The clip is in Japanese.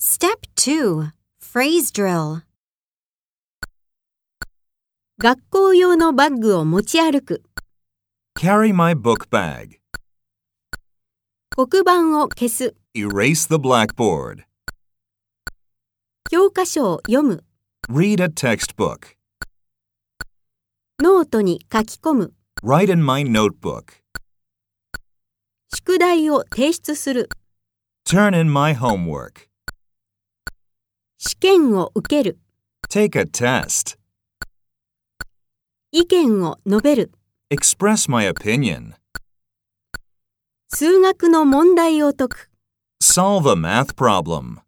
Step 2 Phrase Drill 学校用のバッグを持ち歩く。 Carry my book bag. 黒板を消す。 Erase the blackboard. 教科書を読む。 Read a textbook. ノートに書き込む。 Write in my notebook. 宿題を提出する。 Turn in my homework. 試験を受ける。 Take a test. 意見を述べる。 Express my opinion. 数学の問題を解く。 Solve a math problem.